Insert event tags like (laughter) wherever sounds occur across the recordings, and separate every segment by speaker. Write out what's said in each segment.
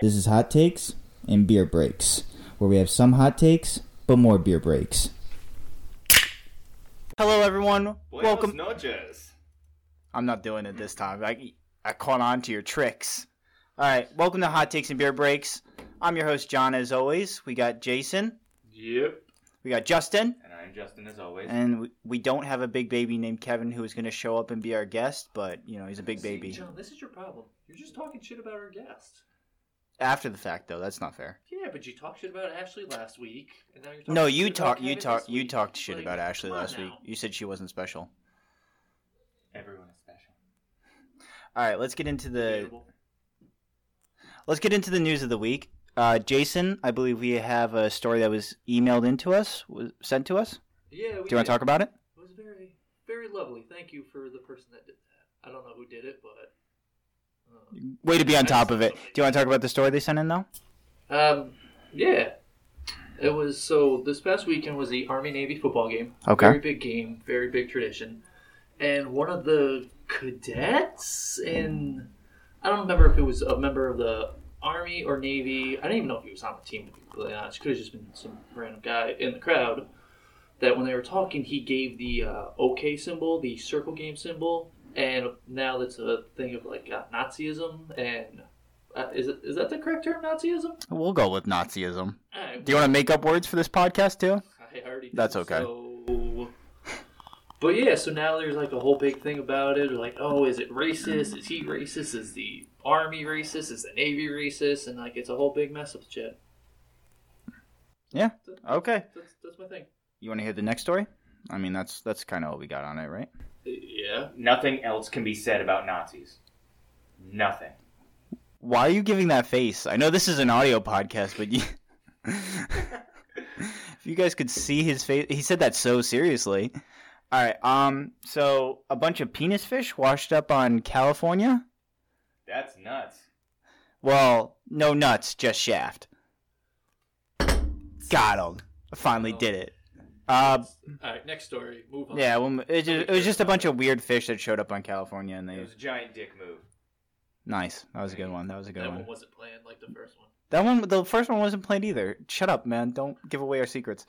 Speaker 1: This is hot takes and beer breaks, where we have some hot takes but more beer breaks. Hello, everyone. Welcome.
Speaker 2: noches.
Speaker 1: I'm not doing it this time. I I caught on to your tricks. All right, welcome to Hot Takes and Beer Breaks. I'm your host John, as always. We got Jason,
Speaker 2: Yep.
Speaker 1: we got Justin,
Speaker 2: And I'm Justin as always.
Speaker 1: and we, we don't have a big baby named Kevin who is going to show up and be our guest, but you know he's a big baby.
Speaker 2: John, this is your problem. You're just talking shit about our guest.
Speaker 1: After the fact, though, that's not fair.
Speaker 2: Yeah, but you talked shit about Ashley last week, and now you're talking
Speaker 1: No,
Speaker 2: shit
Speaker 1: you
Speaker 2: about
Speaker 1: talk,
Speaker 2: Kevin
Speaker 1: you
Speaker 2: this
Speaker 1: talk, you
Speaker 2: week.
Speaker 1: talked shit
Speaker 2: Like,
Speaker 1: about Ashley
Speaker 2: come on
Speaker 1: last
Speaker 2: now.
Speaker 1: week. You said she wasn't special.
Speaker 2: Everyone is special.
Speaker 1: All right, let's get into the
Speaker 2: Debatable.
Speaker 1: let's get into the news of the week. Uh, Jason, I believe we have a story that was emailed into us, was sent to us.
Speaker 2: Yeah. We
Speaker 1: Do you want to talk about it?
Speaker 2: It was very, very lovely. Thank you for the person that did that. I don't know who did it, but. uh,
Speaker 1: Way to be on top of it. Do you want to talk about the story they sent in though?
Speaker 2: Um. Yeah. It was so. This past weekend was the Army Navy football game.
Speaker 1: Okay.
Speaker 2: Very big game. Very big tradition. And one of the cadets in, I don't remember if it was a member of the Army or Navy. I didn't even know if he was on the team. To be completely honest, could have just been some random guy in the crowd. That when they were talking, he gave the uh, OK symbol, the circle game symbol, and now that's a thing of like uh, Nazism and. Uh, is, it, is that the correct term, Nazism?
Speaker 1: We'll go with Nazism.
Speaker 2: Alright,
Speaker 1: Do you want to make up words for this podcast too?
Speaker 2: I already did,
Speaker 1: That's okay.
Speaker 2: so- But yeah, so now there's like a whole big thing about it. Like, oh, is it racist? Is he racist? Is the army racist? Is the navy racist? And like, it's a whole big mess up, Chad.
Speaker 1: Yeah.
Speaker 2: That's,
Speaker 1: Okay.
Speaker 2: that's, that's my thing.
Speaker 1: You want to hear the next story? I mean, that's that's kind of all we got on it, right?
Speaker 2: Yeah.
Speaker 3: Nothing else can be said about Nazis. Nothing.
Speaker 1: Why are you giving that face? I know this is an audio podcast, but
Speaker 3: (laughs)
Speaker 1: you if you guys could see his face, he said that so seriously. All right. Um. So a bunch of penis fish washed up on California.
Speaker 3: That's nuts.
Speaker 1: Well, no nuts, just shaft. Got him. I finally did it. Uh,
Speaker 2: All right. Next story. Move on.
Speaker 1: yeah, well, it, ju- it was just a bunch of weird fish that showed up on California, and
Speaker 3: It
Speaker 1: they
Speaker 3: was a giant dick move.
Speaker 1: nice. That was a good one. That was a good
Speaker 2: That
Speaker 1: one.
Speaker 2: one wasn't planned like the first one.
Speaker 1: That one, the first one wasn't planned either. Shut up, man! Don't give away our secrets.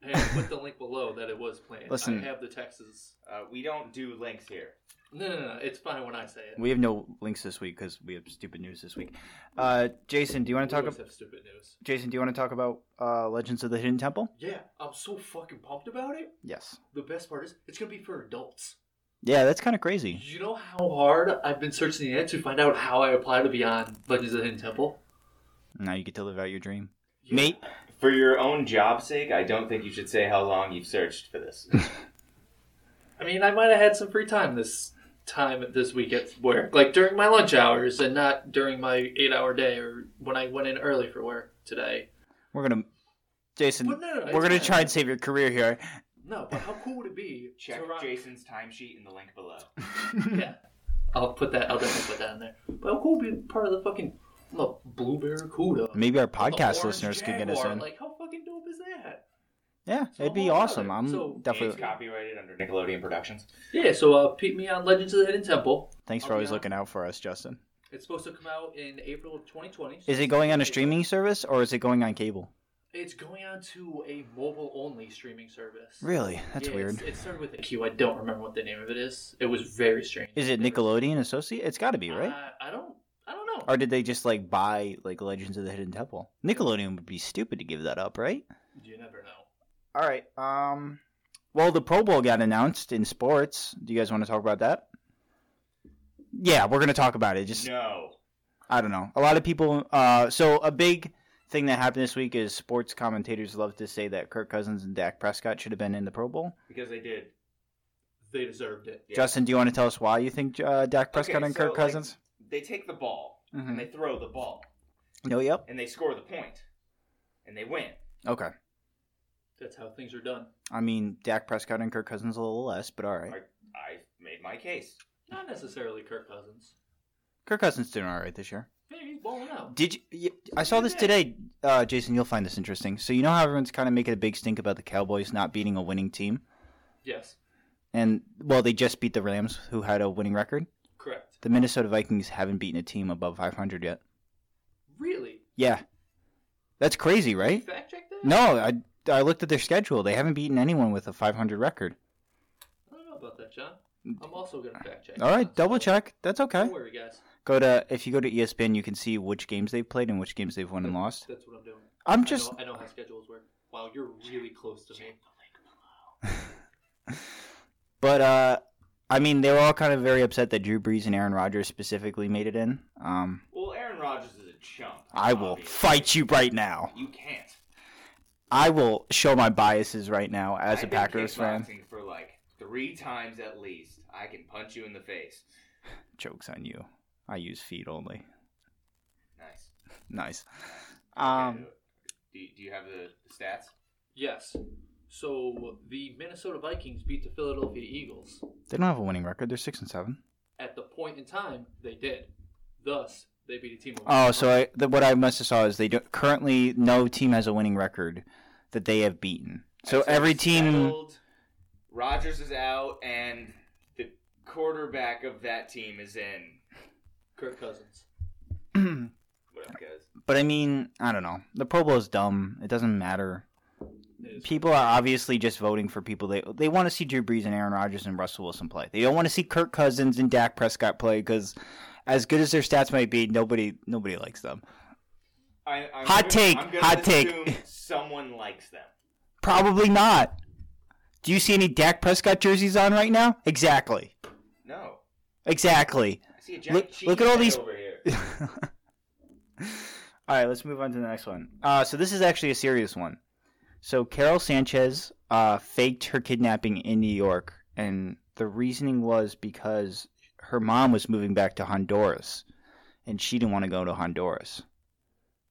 Speaker 2: Hey, I put the link below that it was planned.
Speaker 1: Listen.
Speaker 2: I have the Texas.
Speaker 3: Uh, we don't do links here.
Speaker 2: No, no, no. It's fine when I say it.
Speaker 1: We have no links this week because we have stupid news this week. Uh, Jason, do you want to talk?
Speaker 2: always
Speaker 1: Ab-
Speaker 2: have stupid news.
Speaker 1: Jason, do you want to talk about uh, Legends of the Hidden Temple?
Speaker 2: Yeah, I'm so fucking pumped about it.
Speaker 1: Yes.
Speaker 2: The best part is it's gonna be for adults.
Speaker 1: Yeah, that's kind of crazy.
Speaker 2: You know how hard I've been searching the net to find out how I apply to be on Legends of the Hidden Temple?
Speaker 1: Now you get to live out your dream,
Speaker 2: Yeah.
Speaker 1: mate.
Speaker 3: For your own job's sake, I don't think you should say how long you've searched for this.
Speaker 2: I mean, I might have had some free time this time this week at work, like during my lunch hours and not during my eight hour day or when I went in early for work today.
Speaker 1: We're gonna, Jason.
Speaker 2: Well, no, no, it's
Speaker 1: we're gonna
Speaker 2: fine.
Speaker 1: try and save your career here.
Speaker 2: No, but how cool would it (laughs) be? to
Speaker 3: (laughs) Check
Speaker 2: rock-
Speaker 3: Jason's timesheet in the link below.
Speaker 2: Yeah. I'll put that, I'll definitely put that in there. But how cool would be part of the fucking the Blue Barracuda?
Speaker 1: Maybe our
Speaker 2: the
Speaker 1: podcast
Speaker 2: Orange
Speaker 1: listeners could get us
Speaker 2: Jaguar,
Speaker 1: in.
Speaker 2: Like, how fucking dope is that?
Speaker 1: yeah,
Speaker 2: so
Speaker 1: it'd be
Speaker 2: all
Speaker 1: awesome.
Speaker 2: other-
Speaker 1: I'm
Speaker 2: so
Speaker 3: It's
Speaker 1: definitely.
Speaker 3: copyrighted under Nickelodeon Productions.
Speaker 2: Yeah, so uh, peep me on Legends of the Hidden Temple.
Speaker 1: Thanks for
Speaker 2: I'll be
Speaker 1: always
Speaker 2: on.
Speaker 1: looking out for us, Justin.
Speaker 2: It's supposed to come out in April of 2020.
Speaker 1: Is it going on a streaming service or is it going on cable?
Speaker 2: It's going on to a mobile-only streaming service.
Speaker 1: Really, that's
Speaker 2: Yeah,
Speaker 1: weird.
Speaker 2: it's- It started with a Q. I don't remember what the name of it is. It was very strange.
Speaker 1: Is it Nickelodeon Associate? It's got to be, right?
Speaker 2: Uh, I don't. I don't know.
Speaker 1: or did they just like buy like Legends of the Hidden Temple? Nickelodeon would be stupid to give that up, right?
Speaker 2: you never know.
Speaker 1: All right. Um. Well, the Pro Bowl got announced in sports. Do you guys want to talk about that? Yeah, we're gonna talk about it. Just
Speaker 3: No.
Speaker 1: I don't know. A lot of people. Uh, so a big thing that happened this week is sports commentators love to say that Kirk Cousins and Dak Prescott should have been in the Pro Bowl.
Speaker 3: Because they did.
Speaker 2: They deserved it.
Speaker 3: Yeah.
Speaker 1: Justin, do you want to tell us why you think uh, Dak Prescott
Speaker 3: Okay,
Speaker 1: and
Speaker 3: so,
Speaker 1: Kirk
Speaker 3: like,
Speaker 1: Cousins?
Speaker 3: they take the ball,
Speaker 1: Mhm.
Speaker 3: and they throw the ball,
Speaker 1: No. Oh, Yep.
Speaker 3: and they score the point, and they win.
Speaker 1: Okay.
Speaker 2: That's how things are done.
Speaker 1: I mean, Dak Prescott and Kirk Cousins a little less, but all right.
Speaker 3: I, I made my case.
Speaker 2: Not necessarily Kirk Cousins.
Speaker 1: Kirk Cousins doing all right this year.
Speaker 2: Hey, he's balling out.
Speaker 1: Did you? y- I saw this today, uh, Jason. You'll find this interesting. So you know how everyone's kind of making a big stink about the Cowboys not beating a winning team,
Speaker 2: Yes,
Speaker 1: and well, they just beat the Rams, who had a winning record.
Speaker 2: correct.
Speaker 1: The Minnesota Vikings haven't beaten a team above 500 yet.
Speaker 2: Really?
Speaker 1: Yeah. That's crazy,
Speaker 2: Did you
Speaker 1: right?
Speaker 2: fact check that?
Speaker 1: No, I I looked at their schedule. They haven't beaten anyone with a 500 record.
Speaker 2: I don't know about that, John. I'm also gonna fact check.
Speaker 1: All right, double check. That's okay.
Speaker 2: Don't worry, guys.
Speaker 1: Go to if you go to E ESPN, you can see which games they've played and which games they've won and lost.
Speaker 2: That's what I'm doing.
Speaker 1: I'm just
Speaker 2: I know, I know how schedules work. Wow, you're really close to me.
Speaker 1: But uh, I mean, they were all kind of very upset that Drew Brees and Aaron Rodgers specifically made it in. Um,
Speaker 3: Well, Aaron Rodgers is a chump.
Speaker 1: I will
Speaker 3: obviously.
Speaker 1: fight you right now.
Speaker 3: You can't.
Speaker 1: I will show my biases right now as a
Speaker 3: I've been
Speaker 1: Packers fan.
Speaker 3: kickboxing for like three times at least. I can punch you in the face.
Speaker 1: Jokes on you. I use feet only.
Speaker 3: Nice.
Speaker 1: Nice.
Speaker 3: Okay,
Speaker 1: Um,
Speaker 3: do, do you have the stats?
Speaker 2: Yes. So the Minnesota Vikings beat the Philadelphia Eagles.
Speaker 1: they don't have a winning record. They're six and seven.
Speaker 2: At the point in time, they did. Thus, they beat a team. of-
Speaker 1: Oh, so I, the, what I must have saw is they do, currently no team has a winning record that they have beaten. So
Speaker 3: That's
Speaker 1: every
Speaker 3: what's
Speaker 1: team.
Speaker 3: settled. Rodgers is out, and the quarterback of that team is in.
Speaker 2: Kirk Cousins.
Speaker 3: What up,
Speaker 1: (clears throat)
Speaker 3: guys?
Speaker 1: But I mean, I don't know. The Pro Bowl is dumb. It doesn't matter.
Speaker 2: Is-
Speaker 1: People are obviously just voting for people they they want to see Drew Brees and Aaron Rodgers and Russell Wilson play. They don't want to see Kirk Cousins and Dak Prescott play because, as good as their stats might be, nobody nobody likes them.
Speaker 3: I, I'm
Speaker 1: Hot
Speaker 3: gonna-
Speaker 1: take,
Speaker 3: I'm gonna
Speaker 1: hot take.
Speaker 3: assume Someone likes them.
Speaker 1: Probably not. Do you see any Dak Prescott jerseys on right now? Exactly,
Speaker 3: No,
Speaker 1: exactly.
Speaker 3: I see a giant
Speaker 1: Look-
Speaker 3: cheese
Speaker 1: look at all
Speaker 3: head
Speaker 1: these- (laughs)
Speaker 3: over here.
Speaker 1: All right, let's move on to the next one. Uh, so this is actually a serious one. So Carol Sanchez uh, faked her kidnapping in New York, and the reasoning was because her mom was moving back to Honduras, and she didn't want to go to Honduras.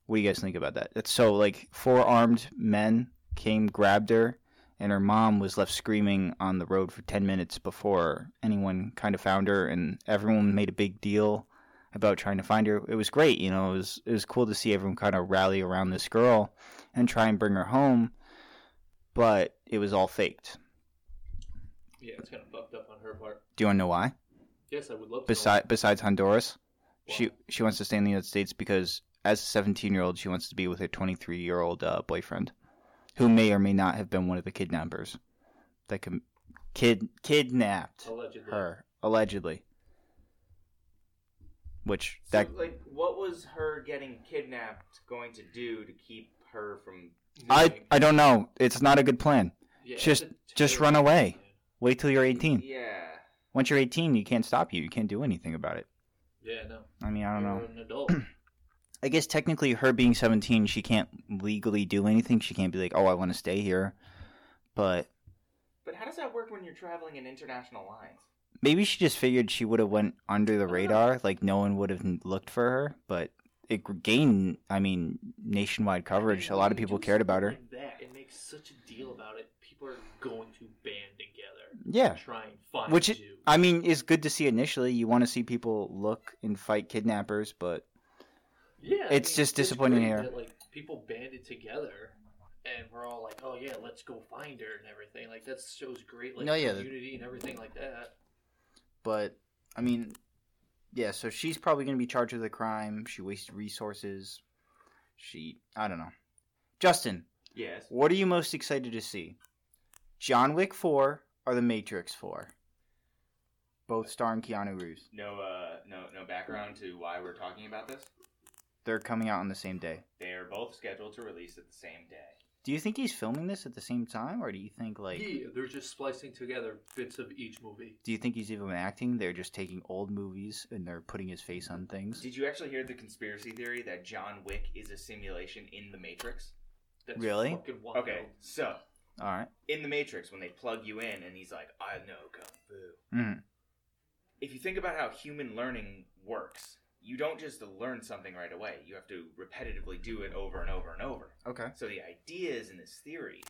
Speaker 1: What do you guys think about that? That's so like four armed men came, grabbed her, and her mom was left screaming on the road for ten minutes before anyone kind of found her, and everyone made a big deal about trying to find her. It was great, you know. It was it was cool to see everyone kind of rally around this girl and try and bring her home, but it was all faked.
Speaker 2: Yeah, it's kind of fucked up on her part.
Speaker 1: Do you want to know why?
Speaker 2: Yes, I would love to. know
Speaker 1: Besides besides Honduras,
Speaker 2: why.
Speaker 1: she she wants to stay in the United States because as a 17 year old, she wants to be with her 23 year old uh, boyfriend, who may or may not have been one of the kidnappers that com- kid kidnapped
Speaker 2: allegedly.
Speaker 1: her allegedly. Which
Speaker 3: So,
Speaker 1: that
Speaker 3: like, what was her getting kidnapped going to do to keep her from?
Speaker 1: I
Speaker 3: knowing-
Speaker 1: I don't know. It's not a good plan.
Speaker 2: Yeah,
Speaker 1: Just-
Speaker 2: it's a
Speaker 1: just
Speaker 2: terrible
Speaker 1: run away.
Speaker 2: plan.
Speaker 1: Wait till you're 18.
Speaker 3: Yeah.
Speaker 1: Once you're 18, you can't stop you. You can't do anything about it.
Speaker 2: Yeah, no.
Speaker 1: I mean, I don't
Speaker 2: You're
Speaker 1: know.
Speaker 2: An adult.
Speaker 1: I guess technically, her being 17, she can't legally do anything. She can't be like, oh, I want to stay here. But
Speaker 3: But how does that work when you're traveling in international lines?
Speaker 1: maybe she just figured she would have went under the
Speaker 3: know.
Speaker 1: radar. Like, no one would have looked for her. But it gained, I mean, nationwide (clears throat) coverage. A lot of
Speaker 2: When you
Speaker 1: people
Speaker 2: do
Speaker 1: cared about her.
Speaker 2: something Like that it makes such a deal about it. People are going to band together.
Speaker 1: Yeah.
Speaker 2: Try and find
Speaker 1: Which, it-
Speaker 2: you.
Speaker 1: I mean, is good to see initially. You want to see people look and fight kidnappers, but
Speaker 2: Yeah,
Speaker 1: It's just disappointing
Speaker 2: great
Speaker 1: here.
Speaker 2: that, like people banded together, and we're all like, "Oh yeah, let's go find her" and everything. Like that shows great like
Speaker 1: No, yeah, the-
Speaker 2: unity and everything like that.
Speaker 1: but I mean, yeah. So she's probably going to be charged with a crime. She wasted resources. She, I don't know. Justin,
Speaker 3: Yes.
Speaker 1: what are you most excited to see? John Wick Four or The Matrix Four? Both starring Keanu Reeves.
Speaker 3: No. Uh. No. No background to why we're talking about this.
Speaker 1: They're coming out on the same day.
Speaker 3: They are both scheduled to release at the same day.
Speaker 1: Do you think he's filming this at the same time, or do you think like?
Speaker 2: yeah, they're just splicing together bits of each movie.
Speaker 1: Do you think he's even acting? They're just taking old movies and they're putting his face on things.
Speaker 3: Did you actually hear the conspiracy theory that John Wick is a simulation in the Matrix?
Speaker 2: That's
Speaker 1: Really?
Speaker 2: Fucking wild.
Speaker 3: Okay. So
Speaker 1: All right.
Speaker 3: in the Matrix, when they plug you in, and he's like, "I know kung fu."
Speaker 1: Mm.
Speaker 3: If you think about how human learning works, you don't just learn something right away. You have to repetitively do it over and over and over.
Speaker 1: Okay.
Speaker 3: So the idea is in this theory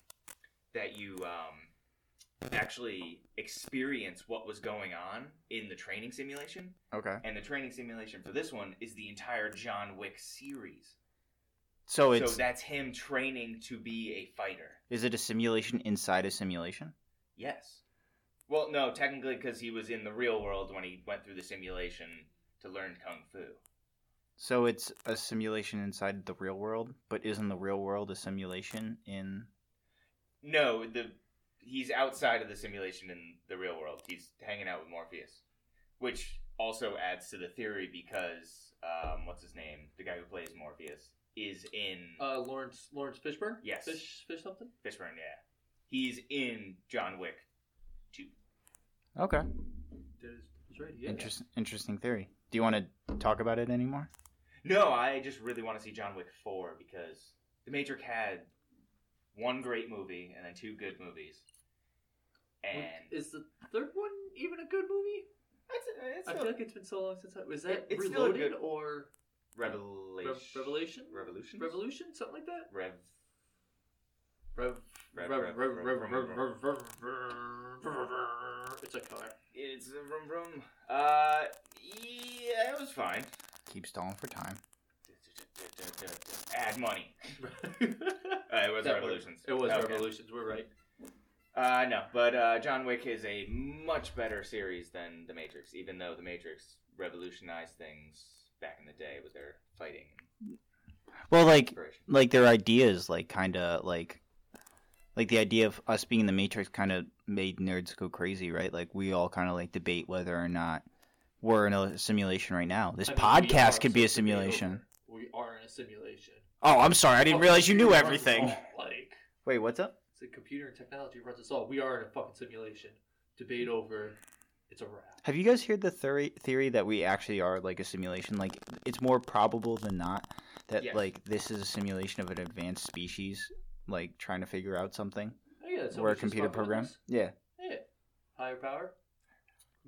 Speaker 3: that you um, actually experience what was going on in the training simulation,
Speaker 1: Okay.
Speaker 3: and the training simulation for this one is the entire John Wick series.
Speaker 1: So Oh, it's
Speaker 3: so that's him training to be a fighter.
Speaker 1: is it a simulation inside a simulation?
Speaker 3: Yes. Well, no, technically, because he was in the real world when he went through the simulation to learn kung fu.
Speaker 1: So it's a simulation inside the real world, but isn't the real world a simulation in
Speaker 3: No, the he's outside of the simulation in the real world. He's hanging out with Morpheus, which also adds to the theory because um, what's his name? The guy who plays Morpheus is in
Speaker 2: Uh, Lawrence Lawrence Fishburne.
Speaker 3: Yes.
Speaker 2: Fish Fish something.
Speaker 3: Fishburne. Yeah, he's in John Wick.
Speaker 1: Okay.
Speaker 2: That is, that's right. Yeah.
Speaker 1: Interest, interesting theory. Do you want to talk about it anymore?
Speaker 3: No, I just really want to see John Wick four because The Matrix had one great movie and then two good movies, and
Speaker 2: is the third one even a good movie?
Speaker 3: it's, it's
Speaker 2: I feel like it's been so long since I was that
Speaker 3: It's still a
Speaker 2: Reloaded
Speaker 3: good-
Speaker 2: or
Speaker 3: Revelation.
Speaker 2: Rev- Revelation?
Speaker 3: Revolution.
Speaker 2: Revolution, something like that.
Speaker 3: Rev.
Speaker 2: Rev,
Speaker 3: Rev-
Speaker 2: rev, rev,
Speaker 3: rev-
Speaker 2: rev,
Speaker 3: rev-
Speaker 2: rev, rev, rev, rev- It's a color.
Speaker 3: It's a vroom vroom. Uh, yeah, it
Speaker 2: (laughs)
Speaker 3: was fine.
Speaker 1: Keep stalling for time.
Speaker 3: Add money. Uh, it was
Speaker 2: That
Speaker 3: Revolutions.
Speaker 2: It was
Speaker 3: Okay.
Speaker 2: Revolutions. We're right.
Speaker 3: Uh, no, but uh, John Wick is a much better series than The Matrix, even though The Matrix revolutionized things back in the day with their fighting
Speaker 1: Well,
Speaker 3: and
Speaker 1: like
Speaker 3: inspiration.
Speaker 1: like their ideas, like kind of like like the idea of us being in the Matrix kind of made nerds go crazy, right? Like we all kind of like debate whether or not we're in a simulation right now. This
Speaker 2: I mean, we
Speaker 1: podcast
Speaker 2: are
Speaker 1: could be a
Speaker 2: supposed to
Speaker 1: simulation.
Speaker 2: over. We are in a simulation.
Speaker 1: Oh, I'm sorry. I didn't realize you knew
Speaker 2: Runs
Speaker 1: everything.
Speaker 2: all, Like,
Speaker 1: Wait, what's up?
Speaker 2: it's like computer and technology runs us all. We are in a fucking simulation. Debate over. It's a wrap.
Speaker 1: Have you guys heard the theory theory that we actually are like a simulation? Like it's more probable than not that
Speaker 3: Yes.
Speaker 1: like this is a simulation of an advanced species like trying to figure out something.
Speaker 2: Oh, yeah, so
Speaker 1: We're a
Speaker 2: much is
Speaker 1: computer
Speaker 2: fucking with
Speaker 1: program.
Speaker 2: us.
Speaker 1: Yeah.
Speaker 2: Yeah. Higher power.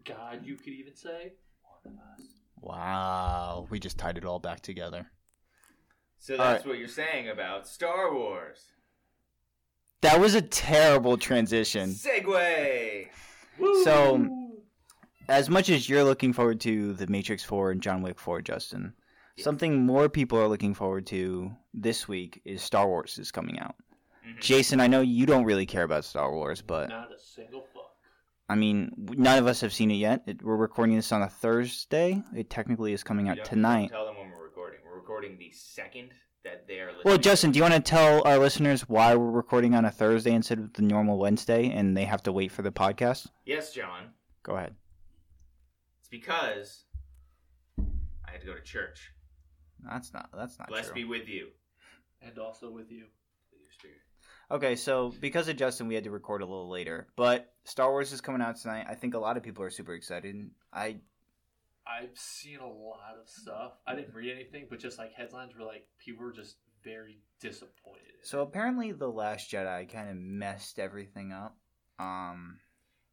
Speaker 2: God, you could even say. One of us.
Speaker 1: Wow. We just tied it all back together.
Speaker 3: So
Speaker 1: All
Speaker 3: that's
Speaker 1: right.
Speaker 3: what you're saying about Star Wars.
Speaker 1: That was a terrible transition.
Speaker 3: Segway!
Speaker 1: So-
Speaker 2: Woo!
Speaker 1: As much as you're looking forward to The Matrix 4 and John Wick 4, Justin,
Speaker 3: Yes.
Speaker 1: something more people are looking forward to this week is Star Wars is coming out.
Speaker 3: Mhm.
Speaker 1: Jason, I know you don't really care about Star Wars, but
Speaker 2: Not a single fuck.
Speaker 1: I mean, none of us have seen it yet. It, we're recording this on a Thursday. It technically is coming
Speaker 3: You
Speaker 1: out
Speaker 3: don't-
Speaker 1: tonight.
Speaker 3: Tell them when we're recording. We're recording the second that they are listening.
Speaker 1: Well, Justin, do you want to tell our listeners why we're recording on a Thursday instead of the normal Wednesday and they have to wait for the podcast?
Speaker 3: Yes, John.
Speaker 1: Go ahead.
Speaker 3: It's because I had to go to church.
Speaker 1: That's not that's not
Speaker 3: Blessed
Speaker 1: true.
Speaker 3: be with you.
Speaker 2: And also with you.
Speaker 3: With your spirit.
Speaker 1: Okay, so because of Justin, we had to record a little later. But Star Wars is coming out tonight. I think a lot of people are super excited. I
Speaker 2: I've seen a lot of stuff. I didn't read anything, but just like headlines were like people were just very disappointed.
Speaker 1: so apparently the Last Jedi kind of messed everything up. Um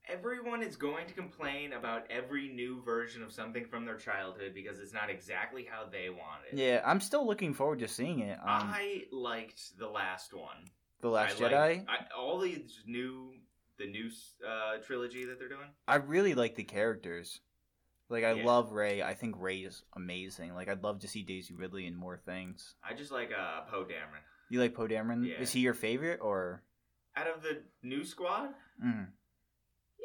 Speaker 3: Everyone is going to complain about every new version of something from their childhood because it's not exactly how they want it.
Speaker 1: yeah, I'm still looking forward to seeing it. Um,
Speaker 3: I liked the last one.
Speaker 1: the Last
Speaker 3: I
Speaker 1: Jedi.
Speaker 3: liked- I, all these new, the new uh, trilogy that they're doing.
Speaker 1: I really like the characters. Like I
Speaker 3: Yeah.
Speaker 1: love Ray. I think Ray is amazing. Like I'd love to see Daisy Ridley in more things.
Speaker 3: I just like uh, Poe Dameron.
Speaker 1: You like Poe Dameron?
Speaker 3: Yeah.
Speaker 1: Is he your favorite or?
Speaker 3: Out of the new squad,
Speaker 1: Mm.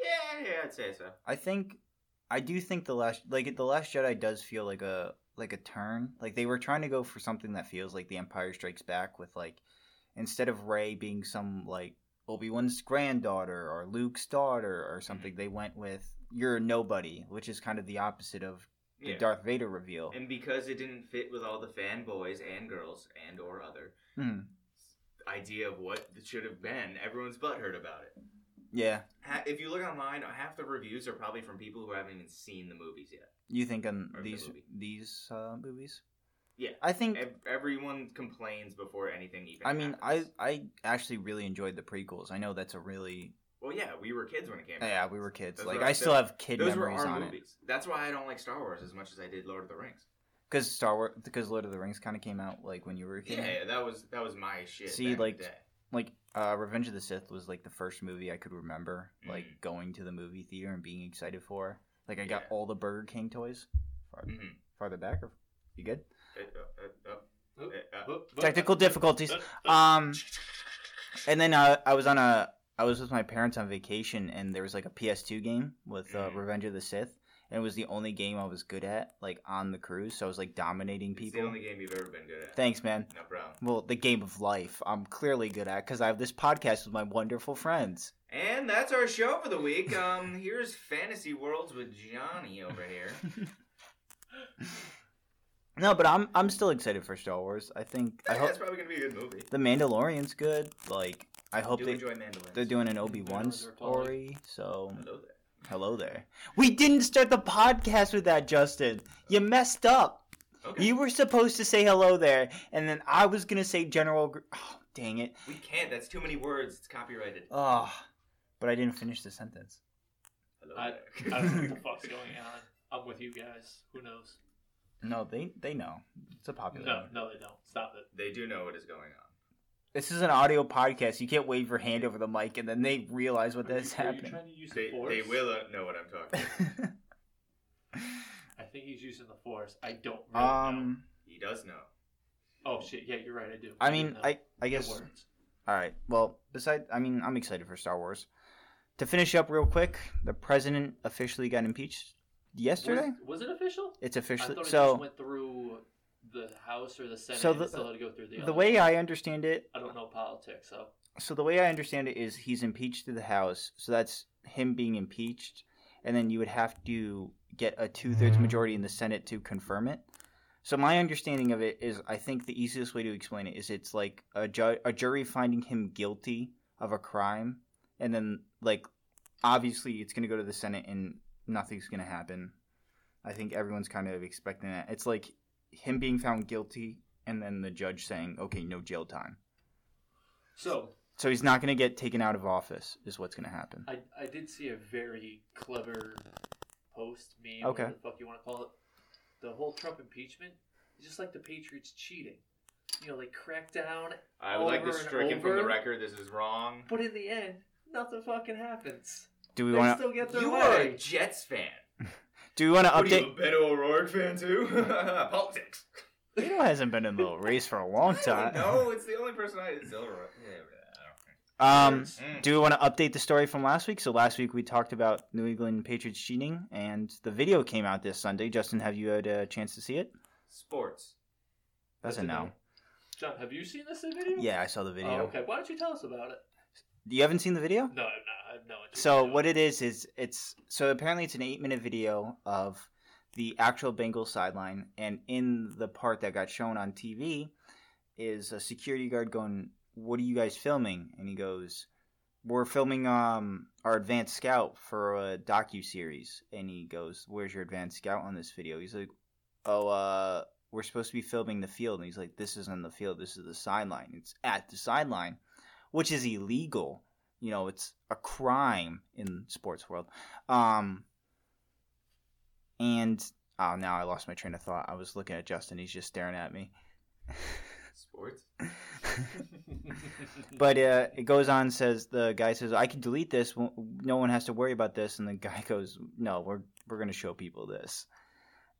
Speaker 3: yeah, yeah, I'd say so.
Speaker 1: I think I do think the last like the Last Jedi does feel like a like a turn. Like they were trying to go for something that feels like The Empire Strikes Back with like instead of Ray being some like Obi Wan's granddaughter or Luke's daughter
Speaker 3: Mm-hmm.
Speaker 1: or something, they went with you're nobody, which is kind of the opposite of the
Speaker 3: Yeah.
Speaker 1: Darth Vader reveal.
Speaker 3: and because it didn't fit with all the fanboys and girls and or other
Speaker 1: Mm.
Speaker 3: idea of what it should have been, everyone's butthurt about it.
Speaker 1: Yeah.
Speaker 3: Ha- If you look online, half the reviews are probably from people who haven't even seen the movies yet.
Speaker 1: You think on
Speaker 3: Or the
Speaker 1: these
Speaker 3: movie.
Speaker 1: these uh, movies?
Speaker 3: Yeah.
Speaker 1: I think.
Speaker 3: Ev- everyone complains before anything even.
Speaker 1: I mean, I
Speaker 3: happens.
Speaker 1: I actually really enjoyed the prequels. I know that's a really
Speaker 3: well, yeah, we were kids when it came. out.
Speaker 1: yeah. We were kids.
Speaker 3: Those
Speaker 1: like
Speaker 3: were-
Speaker 1: I still have kid
Speaker 3: Those were
Speaker 1: memories
Speaker 3: our
Speaker 1: on it
Speaker 3: movies. That's why I don't like Star Wars as much as I did Lord of the Rings.
Speaker 1: because Star Wars because Lord of the Rings kind of came out like when you were a kid.
Speaker 3: Yeah, that was that was my shit.
Speaker 1: See,
Speaker 3: back in the
Speaker 1: like,
Speaker 3: day.
Speaker 1: Like uh, Revenge of the Sith was like the first movie I could remember like
Speaker 3: Mhm.
Speaker 1: going to the movie theater and being excited for. Like I got
Speaker 3: Yeah.
Speaker 1: all the Burger King toys. Far,
Speaker 3: Mhm.
Speaker 1: Farther back or you good?
Speaker 3: Uh, uh, uh, uh,
Speaker 2: Oh,
Speaker 3: uh, uh,
Speaker 2: oh,
Speaker 1: (laughs)
Speaker 2: oh,
Speaker 1: Technical
Speaker 3: (laughs)
Speaker 1: difficulties.
Speaker 2: oh, oh.
Speaker 1: Um, and then uh, I was on a I was with my parents on vacation, and there was like a PS2 game with uh,
Speaker 3: Mhm.
Speaker 1: Revenge of the Sith, and it was the only game I was good at, like on the cruise. So I was like dominating
Speaker 3: It's the
Speaker 1: people.
Speaker 3: only game you've ever been good at.
Speaker 1: Thanks, man.
Speaker 3: no problem.
Speaker 1: Well, the game of life I'm clearly good at because I have this podcast with my wonderful friends.
Speaker 3: And that's our show for the week. Um, here's Fantasy Worlds with Johnny over here.
Speaker 1: No, but I'm I'm still excited for Star Wars. I think (laughs) I hope
Speaker 3: that's probably gonna be a good movie.
Speaker 1: the Mandalorian's good. Like I hope
Speaker 3: Do
Speaker 1: they
Speaker 3: enjoy Mandalorian.
Speaker 1: they're doing an Obi Wan
Speaker 2: Mandalorian's Republic.
Speaker 1: story. So
Speaker 3: Hello there.
Speaker 1: hello there. We didn't start the podcast with that, Justin. You messed up.
Speaker 3: Okay.
Speaker 1: You were supposed to say hello there, and then I was gonna say General. Gr- oh, dang it!
Speaker 3: We can't. That's too many words. It's copyrighted.
Speaker 1: Oh, but I didn't finish the sentence.
Speaker 3: Hello
Speaker 2: I-
Speaker 3: there.
Speaker 2: I
Speaker 1: (laughs)
Speaker 2: don't know what the fuck's going on. I'm with you guys. Who knows?
Speaker 1: No, they they know. It's a popular.
Speaker 2: No,
Speaker 1: one.
Speaker 2: no, they don't. Stop it.
Speaker 3: they do know what is going on.
Speaker 1: This is an audio podcast. You can't wave your hand over the mic, and then they realize what
Speaker 2: Are you-
Speaker 1: that's
Speaker 2: are you
Speaker 1: happening.
Speaker 2: trying to use the
Speaker 3: They,
Speaker 2: force?
Speaker 3: they will uh, know what I'm talking.
Speaker 1: (laughs)
Speaker 3: about.
Speaker 2: I think he's using the force. I don't really know.
Speaker 1: um,
Speaker 3: He does know.
Speaker 2: Oh shit! Yeah, you're right. I do.
Speaker 1: I mean,
Speaker 2: know
Speaker 1: I I
Speaker 2: the
Speaker 1: guess.
Speaker 2: words.
Speaker 1: All right. Well, beside, I mean, I'm excited for Star Wars. To finish up real quick, the president officially got impeached yesterday.
Speaker 2: was, was it official?
Speaker 1: It's
Speaker 2: I thought
Speaker 1: officially
Speaker 2: it just
Speaker 1: so.
Speaker 2: went through the House or the Senate.
Speaker 1: So
Speaker 2: So
Speaker 1: the-
Speaker 2: still had to go through the,
Speaker 1: The
Speaker 2: other.
Speaker 1: way I understand it,
Speaker 2: I don't know politics, so
Speaker 1: so the way I understand it is he's impeached through the House, so that's him being impeached, and then you would have to get a two thirds majority in the Senate to confirm it. So my understanding of it is, I think the easiest way to explain it is it's like a ju- a jury finding him guilty of a crime, and then like obviously it's going to go to the Senate and nothing's going to happen. I think everyone's kind of expecting that. It's like him being found guilty, and then the judge saying, "Okay, no jail time."
Speaker 2: so
Speaker 1: So he's not going to get taken out of office, is what's going to happen.
Speaker 2: I I did see a very clever post meme.
Speaker 1: Okay.
Speaker 2: What the fuck you want to call it? The whole Trump impeachment is just like the Patriots cheating. You know, they crack down,
Speaker 3: I would like
Speaker 2: Over
Speaker 3: this
Speaker 2: and
Speaker 3: stricken from the
Speaker 2: over.
Speaker 3: record. This is wrong.
Speaker 2: but in the end, nothing fucking happens.
Speaker 1: Do we
Speaker 2: they
Speaker 1: want to?
Speaker 2: still get their
Speaker 3: You are a
Speaker 2: way.
Speaker 3: Jets fan.
Speaker 1: Do we want to
Speaker 3: What are you,
Speaker 1: update?
Speaker 3: a Beto O'Rourke fan too? (laughs) Politics.
Speaker 1: Beto hasn't been in
Speaker 2: (laughs)
Speaker 1: the race for a long time.
Speaker 3: No, it's the only person I. It's O'Rourke. Yeah,
Speaker 1: Um,
Speaker 2: Words.
Speaker 3: I don't- mm.
Speaker 1: do we want to update the story from last week? So last week we talked about New England Patriots cheating, and the video came out this Sunday. Justin, have you had a chance to see it?
Speaker 3: Sports.
Speaker 1: That's a no.
Speaker 2: John, have you seen this video?
Speaker 1: Yeah, I saw the video.
Speaker 2: Oh, okay. Why don't you tell us about it?
Speaker 1: You haven't seen the video?
Speaker 2: No, I'm not. I have no idea.
Speaker 1: So what it is is it's so apparently it's an eight minute video of the actual Bengals sideline, and in the part that got shown on TV is a security guard going, "What are you guys filming?" And he goes, "We're filming um our advanced scout for a docu series." And he goes, "Where's your advanced scout on this video?" He's like, "Oh, uh, we're supposed to be filming the field." And he's like, "This isn't the field. This is the sideline. It's at the sideline, which is illegal." you know it's a crime in sports world um and oh now i lost my train of thought i was looking at justin he's just staring at me (laughs)
Speaker 3: Sports.
Speaker 1: but uh, it goes on and says the guy says i can delete this W- no one has to worry about this and the guy (laughs) goes no we're we're going to show people this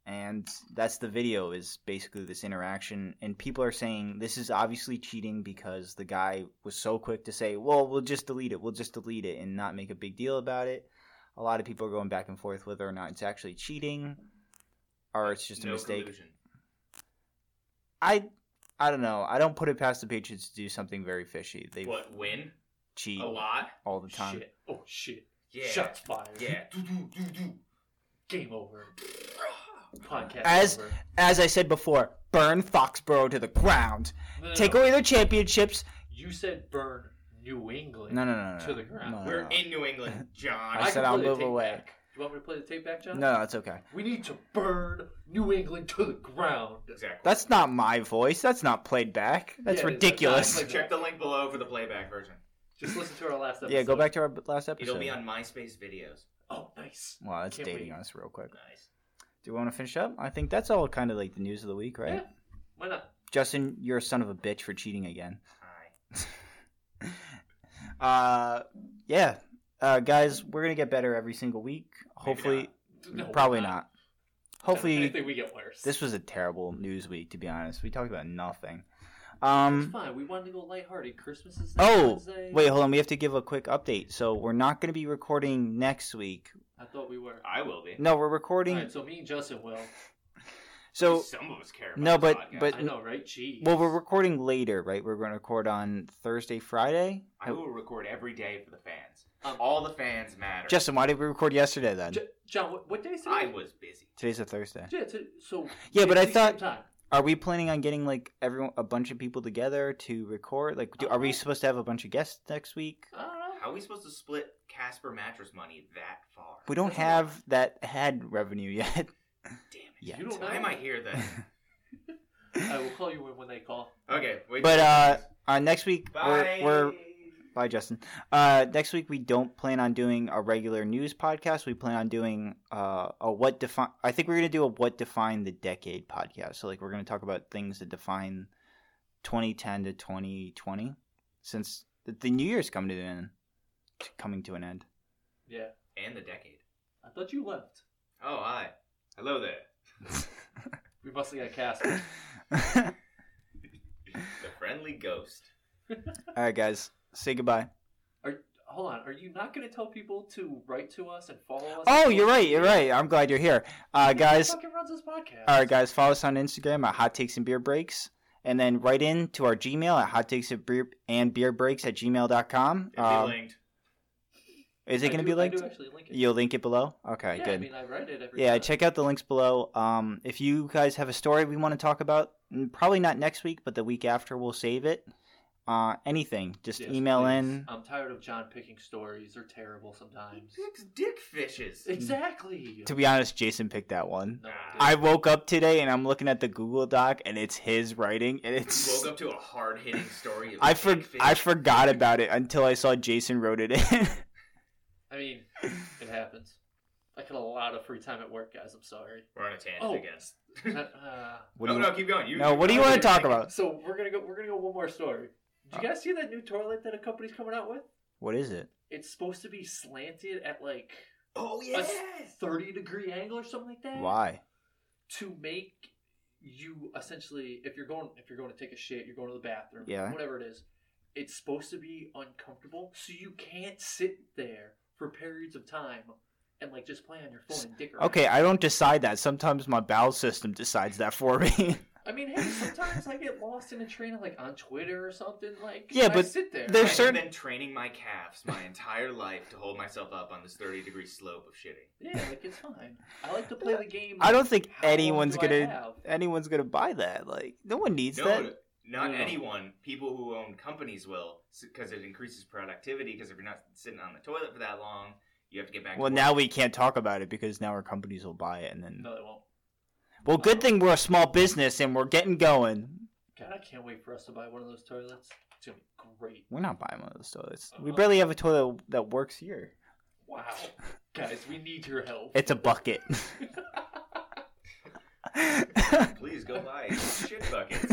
Speaker 1: and that's the video is basically this interaction and people are saying this is obviously cheating because the guy was so quick to say well we'll just delete it we'll just delete it and not make a big deal about it a lot of people are going back and forth whether or not it's actually cheating or it's just a
Speaker 3: No
Speaker 1: mistake
Speaker 3: collusion.
Speaker 1: i i don't know i don't put it past the patriots to do something very fishy they
Speaker 3: What Oh, win?
Speaker 1: cheat
Speaker 3: A lot.
Speaker 1: all the time
Speaker 3: Shit.
Speaker 2: oh shit!
Speaker 3: Yeah.
Speaker 2: Shots fired.
Speaker 3: Yeah. Do, do, do, (laughs) do.
Speaker 2: Game over. Podcast
Speaker 1: As-
Speaker 2: over.
Speaker 1: as I said before, burn Foxborough to the ground.
Speaker 2: No, no,
Speaker 1: Take
Speaker 2: no.
Speaker 1: away their championships.
Speaker 2: You said burn New England.
Speaker 1: No, no, no, no.
Speaker 2: To
Speaker 1: no.
Speaker 2: the ground.
Speaker 1: No, no,
Speaker 3: We're
Speaker 1: no.
Speaker 3: in
Speaker 1: (laughs)
Speaker 3: New England, John.
Speaker 1: Uh, I
Speaker 2: can
Speaker 1: said I'll
Speaker 2: play the
Speaker 1: move
Speaker 2: tape
Speaker 1: away.
Speaker 2: back. You want me to play the tape back, John?
Speaker 1: No, no, it's okay.
Speaker 2: We need to burn New England to the ground.
Speaker 3: (laughs) exactly.
Speaker 1: That's not my voice. That's not played back. That's
Speaker 2: Yeah, it is.
Speaker 1: ridiculous. (laughs)
Speaker 2: That's not
Speaker 3: Check the link below for the playback version.
Speaker 2: Just listen to our last episode.
Speaker 1: yeah, go back to our last episode.
Speaker 3: It'll be on MySpace videos.
Speaker 2: Oh, nice.
Speaker 1: Wow, that's
Speaker 2: Can't
Speaker 1: dating
Speaker 2: wait.
Speaker 1: us real quick.
Speaker 3: Nice.
Speaker 1: Do you want to finish up? I think that's all kind of like the news of the week, right?
Speaker 2: Yeah. Why not?
Speaker 1: Justin, you're a son of a bitch for cheating again.
Speaker 3: Hi.
Speaker 1: Uh, yeah. Uh, guys, we're gonna get better every single week. Hopefully,
Speaker 2: No, we're
Speaker 1: probably not. Hopefully,
Speaker 2: I think we get worse.
Speaker 1: This was a terrible news week, to be honest. We talked about nothing.
Speaker 2: It's
Speaker 1: Um,
Speaker 2: fine. We wanted to go lighthearted. Christmas is next
Speaker 1: oh,
Speaker 2: Wednesday.
Speaker 1: wait, hold on. We have to give a quick update. So we're not going to be recording next week.
Speaker 2: I thought we were.
Speaker 3: I will be.
Speaker 1: No, we're recording.
Speaker 2: All right, so me and Justin will.
Speaker 1: So
Speaker 3: some of us care. About
Speaker 1: No,
Speaker 3: the
Speaker 1: but-
Speaker 3: podcast.
Speaker 1: but-
Speaker 2: I know, right? Jeez.
Speaker 1: well, we're recording later, right? We're going to record on Thursday, Friday.
Speaker 3: I will record every day for the fans.
Speaker 2: Um,
Speaker 3: All the fans matter.
Speaker 1: Justin, why did we record yesterday then?
Speaker 2: J- John, what, what day is
Speaker 3: I
Speaker 2: today?
Speaker 3: was busy.
Speaker 1: Today's a Thursday.
Speaker 2: Yeah, to- so
Speaker 1: Yeah, but I
Speaker 2: it's the
Speaker 1: thought-
Speaker 2: same time.
Speaker 1: Are we planning on getting like everyone a bunch of people together to record? Like, do, are we supposed to have a bunch of guests next week?
Speaker 2: I don't know.
Speaker 3: How are we supposed to split Casper mattress money that far? Oh,
Speaker 1: We don't have that ad revenue (laughs) yet.
Speaker 3: Damn it.
Speaker 1: yet.
Speaker 2: You
Speaker 1: (laughs)
Speaker 2: don't
Speaker 3: Why am I here then?
Speaker 2: I will call you when- when they call.
Speaker 3: okay. Wait
Speaker 1: But uh, uh next week
Speaker 3: bye.
Speaker 1: we're, we're bye Justin. Uh, next week we don't plan on doing a regular news podcast. We plan on doing uh a what define. I think we're gonna do a what defined the decade podcast. So like we're gonna talk about things that define 2010 to 2020, since the, the new year's coming to an end. Coming to an end. (laughs)
Speaker 2: Yeah.
Speaker 3: and the decade.
Speaker 2: I thought you left.
Speaker 3: Oh hi.
Speaker 1: (laughs)
Speaker 3: Hello there.
Speaker 2: We must have got cast.
Speaker 3: The friendly ghost.
Speaker 1: All right, guys, say goodbye.
Speaker 2: Are, hold on. Are you not going to tell people to write to us and follow us?
Speaker 1: Oh, you're right. You're right. I'm glad you're here, uh, guys.
Speaker 2: Who fucking runs this podcast?
Speaker 1: All right, guys, follow us on Instagram at Hot Takes and Beer Breaks, and then write in to our Gmail at Hot Takes and Beer, and Beer Breaks at gmail.com.
Speaker 3: It'll be
Speaker 1: Um,
Speaker 3: linked.
Speaker 1: is it
Speaker 2: I
Speaker 1: going to
Speaker 2: do-
Speaker 1: be
Speaker 2: I
Speaker 1: linked?
Speaker 2: do actually link it.
Speaker 1: You'll link it below. Okay,
Speaker 2: yeah,
Speaker 1: good.
Speaker 2: I mean, I write it every
Speaker 1: yeah,
Speaker 2: time.
Speaker 1: check out the links below. Um, if you guys have a story we want to talk about, mm, probably not next week, but the week after, we'll save it. Uh, anything, just
Speaker 2: Yes,
Speaker 1: email
Speaker 2: please. Uh,
Speaker 1: in. Mm.
Speaker 2: I'm tired of John picking stories. They're
Speaker 1: (laughs)
Speaker 2: terrible sometimes.
Speaker 3: Six dick fishes.
Speaker 2: exactly.
Speaker 1: To be honest, Jason picked that one.
Speaker 2: No, I
Speaker 1: I woke up today and I'm looking at the Google Doc and it's his writing and
Speaker 3: You
Speaker 1: it's
Speaker 3: woke up to a hard hitting story of
Speaker 1: I
Speaker 3: dick
Speaker 1: for,
Speaker 3: fish.
Speaker 1: I forgot about it until I saw Jason wrote it in. (laughs)
Speaker 2: didn't. I mean, it happens. I got a lot of free time at work, guys.
Speaker 1: (laughs)
Speaker 2: I'm sorry.
Speaker 3: We're on a tangent
Speaker 2: Oh.
Speaker 3: again.
Speaker 2: Uh,
Speaker 1: What
Speaker 3: no,
Speaker 1: do you-
Speaker 3: no, keep going. You,
Speaker 1: no, what do you want to talk about?
Speaker 2: so we're gonna go. We're gonna go one more story.
Speaker 1: uh,
Speaker 2: Did you guys see that new toilet that a company's coming out with?
Speaker 1: What is it?
Speaker 2: It's supposed to be slanted at like
Speaker 3: Oh
Speaker 2: a
Speaker 3: yes.
Speaker 2: 30 degree angle or something like that.
Speaker 1: Why?
Speaker 2: to make you essentially if you're going if you're going to take a shit you're going to the bathroom
Speaker 1: Yeah.
Speaker 2: whatever it is it's supposed to be uncomfortable so you can't sit there for periods of time and like just play on your phone and dick around
Speaker 1: Okay, I don't decide that. Sometimes my bowel system decides that for me. (laughs)
Speaker 2: i mean hey sometimes i get lost in a train of, like on twitter or something like
Speaker 1: Yeah,
Speaker 2: and I
Speaker 1: but
Speaker 2: sit there
Speaker 1: there's
Speaker 3: I
Speaker 1: certain-
Speaker 3: have been training my calves
Speaker 1: (laughs)
Speaker 3: my entire life to hold myself up on this 30 degree slope of shitting.
Speaker 2: yeah like it's fine i like to play the game
Speaker 1: I don't think
Speaker 2: how long
Speaker 1: anyone's
Speaker 2: do I
Speaker 1: gonna
Speaker 2: have?
Speaker 1: anyone's gonna buy that. Like no one needs
Speaker 3: no,
Speaker 1: that.
Speaker 3: not
Speaker 2: No.
Speaker 3: anyone. People who own companies will because it increases productivity. Because if you're not sitting on the toilet for that long, you have to get back.
Speaker 1: Well,
Speaker 3: to
Speaker 1: now
Speaker 3: work.
Speaker 1: we can't talk about it because now our companies will buy it and then
Speaker 2: no they won't
Speaker 1: Well, good thing we're a small business and we're getting going.
Speaker 2: god i can't wait for us to buy one of those toilets it's gonna be great
Speaker 1: We're not buying one of those toilets. We
Speaker 2: Uh-huh.
Speaker 1: barely have a toilet that works here.
Speaker 2: wow guys we need your help
Speaker 1: It's a
Speaker 3: (laughs)
Speaker 1: bucket. (laughs)
Speaker 3: please
Speaker 1: (laughs)
Speaker 3: go buy shit buckets.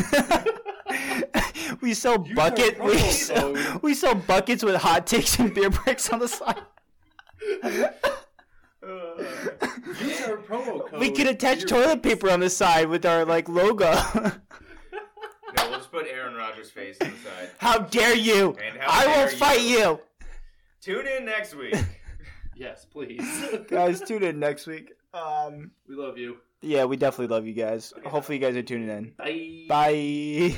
Speaker 1: (laughs) we sell
Speaker 2: Use our
Speaker 1: bucket. We
Speaker 2: promo
Speaker 1: sell,
Speaker 2: code.
Speaker 1: we sell buckets with hot takes and beer breaks on the side.
Speaker 3: Uh,
Speaker 2: Use our promo code.
Speaker 1: we could attach
Speaker 2: Beer
Speaker 1: toilet
Speaker 2: Breaks.
Speaker 1: paper on the side with our like logo. (laughs)
Speaker 3: no, we'll just put Aaron Rodgers' face on the side.
Speaker 1: how dare you!
Speaker 3: And how
Speaker 1: I will
Speaker 3: dare
Speaker 1: fight you,
Speaker 3: Tune in next
Speaker 1: (laughs)
Speaker 3: week.
Speaker 2: Yes, please. (laughs)
Speaker 1: guys. Tune in next week. Um,
Speaker 2: we love you.
Speaker 1: yeah, we definitely love you guys. Hopefully, you guys are tuning in.
Speaker 2: Bye.
Speaker 1: Bye.